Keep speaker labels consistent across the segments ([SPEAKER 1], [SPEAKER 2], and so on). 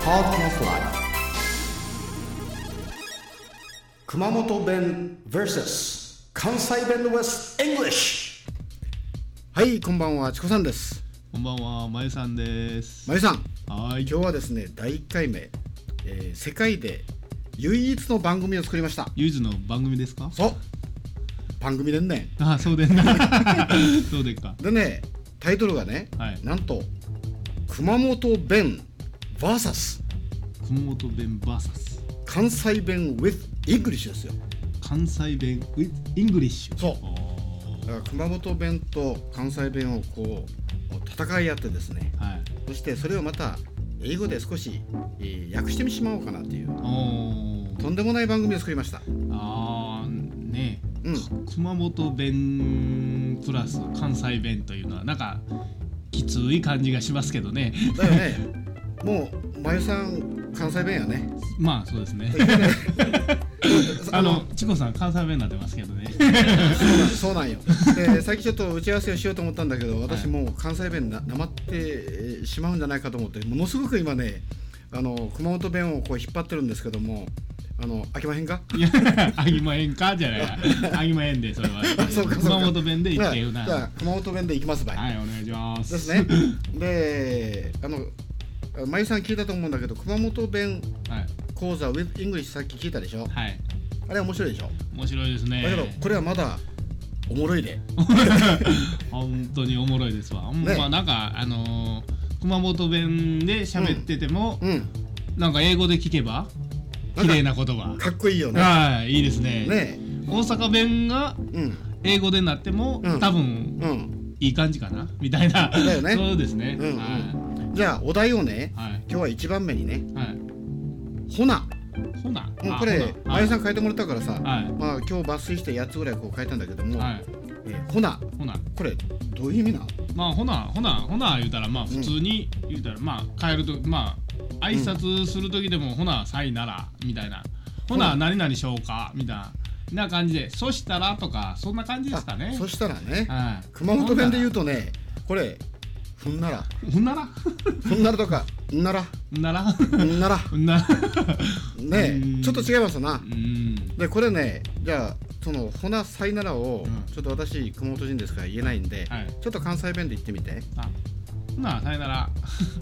[SPEAKER 1] Podcast Live 熊本弁 vs 関西弁 vs English はいこんばんはチコさんです
[SPEAKER 2] こんばんは、まゆさんです。
[SPEAKER 1] まゆさん
[SPEAKER 2] はーい。
[SPEAKER 1] 今日はですね第1回目、えー世界で唯一の番組を作りました
[SPEAKER 2] ゆずの番組ですか
[SPEAKER 1] そう番組でんねん
[SPEAKER 2] あ、そうでんな。そうでっか。
[SPEAKER 1] でねタイトルがね、
[SPEAKER 2] はい
[SPEAKER 1] なんと熊本弁 VS
[SPEAKER 2] 熊本弁 VS
[SPEAKER 1] 関西弁 with English ですよ
[SPEAKER 2] 関西弁 with English。
[SPEAKER 1] そう
[SPEAKER 2] お
[SPEAKER 1] だから熊本弁と関西弁をこう戦い合ってですね
[SPEAKER 2] ーはい。
[SPEAKER 1] そしてそれをまた英語で少し、えー訳してしまおうかなという
[SPEAKER 2] おー
[SPEAKER 1] とんでもない番組を作りました
[SPEAKER 2] あー、ねえ、
[SPEAKER 1] うん
[SPEAKER 2] 熊本弁プラス関西弁というのは、なんか、きつい感じがしますけどね。
[SPEAKER 1] だよねもうまゆさん関西弁やね
[SPEAKER 2] まあ、そうです ね。 あの、チコさん、関西弁になってますけどね。
[SPEAKER 1] そうなん よでさっきちょっと打ち合わせをしようと思ったんだけど私もう関西弁ななまってえーしまうんじゃないかと思ってものすごく今ねあの熊本弁をこう引っ張ってるんですけどもあの飽きまへんか
[SPEAKER 2] いや、あぎまへんかじゃない。あぎまへんで、それは。
[SPEAKER 1] そうかそうか
[SPEAKER 2] 熊本弁で言って言うな。
[SPEAKER 1] じゃあ
[SPEAKER 2] は
[SPEAKER 1] 熊本弁でいきますばい、
[SPEAKER 2] い、お願いします。
[SPEAKER 1] ですねであのまゆさん聞いたと思うんだけど熊本弁
[SPEAKER 2] はい。
[SPEAKER 1] 講座 with English さっき聞いたでしょ
[SPEAKER 2] はい。
[SPEAKER 1] あれ面白いでしょ、
[SPEAKER 2] 面白いです
[SPEAKER 1] だけど
[SPEAKER 2] ね。
[SPEAKER 1] これはまだおもろいで
[SPEAKER 2] 本当におもろいですわ。
[SPEAKER 1] ね
[SPEAKER 2] まあ、なんか、あのー熊本弁で喋ってても、
[SPEAKER 1] うん
[SPEAKER 2] なんか英語で聞けば。
[SPEAKER 1] なん
[SPEAKER 2] 綺
[SPEAKER 1] か
[SPEAKER 2] 麗な言葉。
[SPEAKER 1] かっこいいよね
[SPEAKER 2] はい、いいですね。
[SPEAKER 1] ね
[SPEAKER 2] 大阪弁が
[SPEAKER 1] うん
[SPEAKER 2] 英語でなっても、
[SPEAKER 1] うん
[SPEAKER 2] 多分
[SPEAKER 1] うん
[SPEAKER 2] いい感じかなみたいな。
[SPEAKER 1] だよね
[SPEAKER 2] そうですね。
[SPEAKER 1] うんうん
[SPEAKER 2] は
[SPEAKER 1] じゃあお題をね
[SPEAKER 2] い。はい。
[SPEAKER 1] 今日は一番目にね
[SPEAKER 2] はい。
[SPEAKER 1] ほな
[SPEAKER 2] ほな。
[SPEAKER 1] もう
[SPEAKER 2] あ
[SPEAKER 1] これ
[SPEAKER 2] ほな
[SPEAKER 1] まゆさん変えてもらったからさ
[SPEAKER 2] はい。
[SPEAKER 1] まあ今日抜粋して8つぐらいこう変えたんだけども、
[SPEAKER 2] はい。
[SPEAKER 1] えーほな
[SPEAKER 2] ほな。
[SPEAKER 1] これどういう意味なん
[SPEAKER 2] まあほなほなほな言うたらまあ普通に言うたら、まあ帰るとまあ挨拶する時でも、ほなさいならみたいなほな、
[SPEAKER 1] う
[SPEAKER 2] 何々しようかみたいな感じでそしたらとかそんな感じですか
[SPEAKER 1] あ
[SPEAKER 2] ね
[SPEAKER 1] そしたらね
[SPEAKER 2] はい
[SPEAKER 1] 熊本弁で言う
[SPEAKER 2] う
[SPEAKER 1] とねこれふんなら
[SPEAKER 2] ほんならほ
[SPEAKER 1] ふんならとかんなら
[SPEAKER 2] んなら
[SPEAKER 1] んなら
[SPEAKER 2] ほんなら
[SPEAKER 1] ね
[SPEAKER 2] うん
[SPEAKER 1] ちょっと違いますな
[SPEAKER 2] うん
[SPEAKER 1] でこれねじゃあそのほなさいならを
[SPEAKER 2] うん
[SPEAKER 1] ちょっと私熊本人ですから言えないんで
[SPEAKER 2] はい
[SPEAKER 1] ちょっと関西弁で言ってみて
[SPEAKER 2] あほなさいなら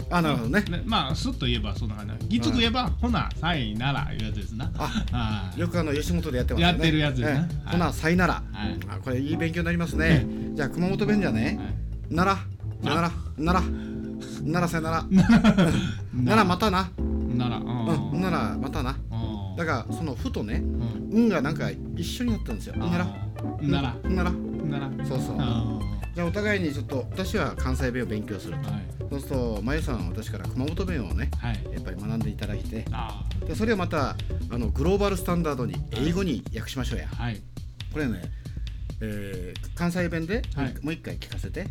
[SPEAKER 1] あなるほどね
[SPEAKER 2] ねまあすっと言えばそんな感じぎつく言えば、ほなさいならいうやつですな
[SPEAKER 1] あ
[SPEAKER 2] はい
[SPEAKER 1] よくあの吉本でやってますよね
[SPEAKER 2] やってるやつですね
[SPEAKER 1] ええ
[SPEAKER 2] はい
[SPEAKER 1] ほなさいなら
[SPEAKER 2] はい
[SPEAKER 1] あこれいい勉強になりますねじゃあ熊本弁じゃね
[SPEAKER 2] はい
[SPEAKER 1] ならさよならならならさよならならまたな
[SPEAKER 2] ならうん
[SPEAKER 1] うんならまたな
[SPEAKER 2] うん
[SPEAKER 1] だからそのふとね
[SPEAKER 2] うん
[SPEAKER 1] 運がなんか一緒になったんですよ。なら、
[SPEAKER 2] うんなら
[SPEAKER 1] なら、
[SPEAKER 2] うんなら
[SPEAKER 1] そうそう。
[SPEAKER 2] あ
[SPEAKER 1] じゃあお互いにちょっと私は関西弁を勉強する
[SPEAKER 2] ーはい
[SPEAKER 1] と。そうするとまゆさんは私から熊本弁をね、
[SPEAKER 2] はい
[SPEAKER 1] やっぱり学んでいただいて、
[SPEAKER 2] あ
[SPEAKER 1] でそれをまたあのグローバルスタンダードに英語に訳しましょうや
[SPEAKER 2] ー。はい
[SPEAKER 1] これね、えー関西弁で
[SPEAKER 2] はい
[SPEAKER 1] もう一回聞かせて。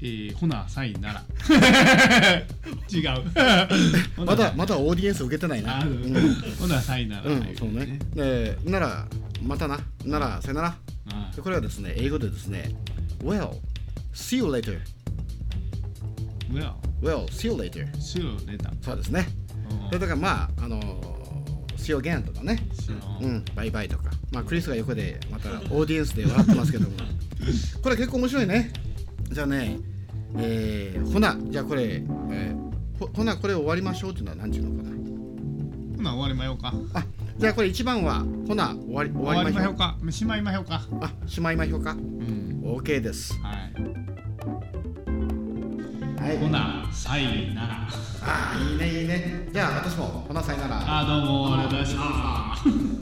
[SPEAKER 2] えーほなさいなら 違うほ な
[SPEAKER 1] まだまだオーディエンス受けてないな。
[SPEAKER 2] あ
[SPEAKER 1] う
[SPEAKER 2] ー
[SPEAKER 1] ん、
[SPEAKER 2] ほなさいなら
[SPEAKER 1] う
[SPEAKER 2] はい
[SPEAKER 1] んそうね。でならまたな、ならさよなら。
[SPEAKER 2] あ
[SPEAKER 1] でこれはですね英語でですね、Well, see you later。
[SPEAKER 2] ー Well
[SPEAKER 1] Well, see you later.
[SPEAKER 2] see you later
[SPEAKER 1] そうですね。
[SPEAKER 2] うん
[SPEAKER 1] それとかまあ、あのー、see you again とかね。
[SPEAKER 2] see you
[SPEAKER 1] うん、バイバイとか。まあ、クリスが横で、またオーディエンスで笑ってますけども。 これ結構面白いね。じゃあね、えー、ほな、じゃあこれ、えーほほな、これ終わりましょうっていうのは何ていうのかな。
[SPEAKER 2] ほな終わりまようか
[SPEAKER 1] あ、じゃあこれ一番は、ほな、終わり終わりましょう。
[SPEAKER 2] かしまいまようか
[SPEAKER 1] あ、しまいましょうか。
[SPEAKER 2] うん
[SPEAKER 1] OK です。
[SPEAKER 2] はい
[SPEAKER 1] はい。
[SPEAKER 2] ほなさいなら
[SPEAKER 1] ああ、いいね、いいね。じゃあ私も、ほなさいなら。
[SPEAKER 2] あーどうもありがとうございました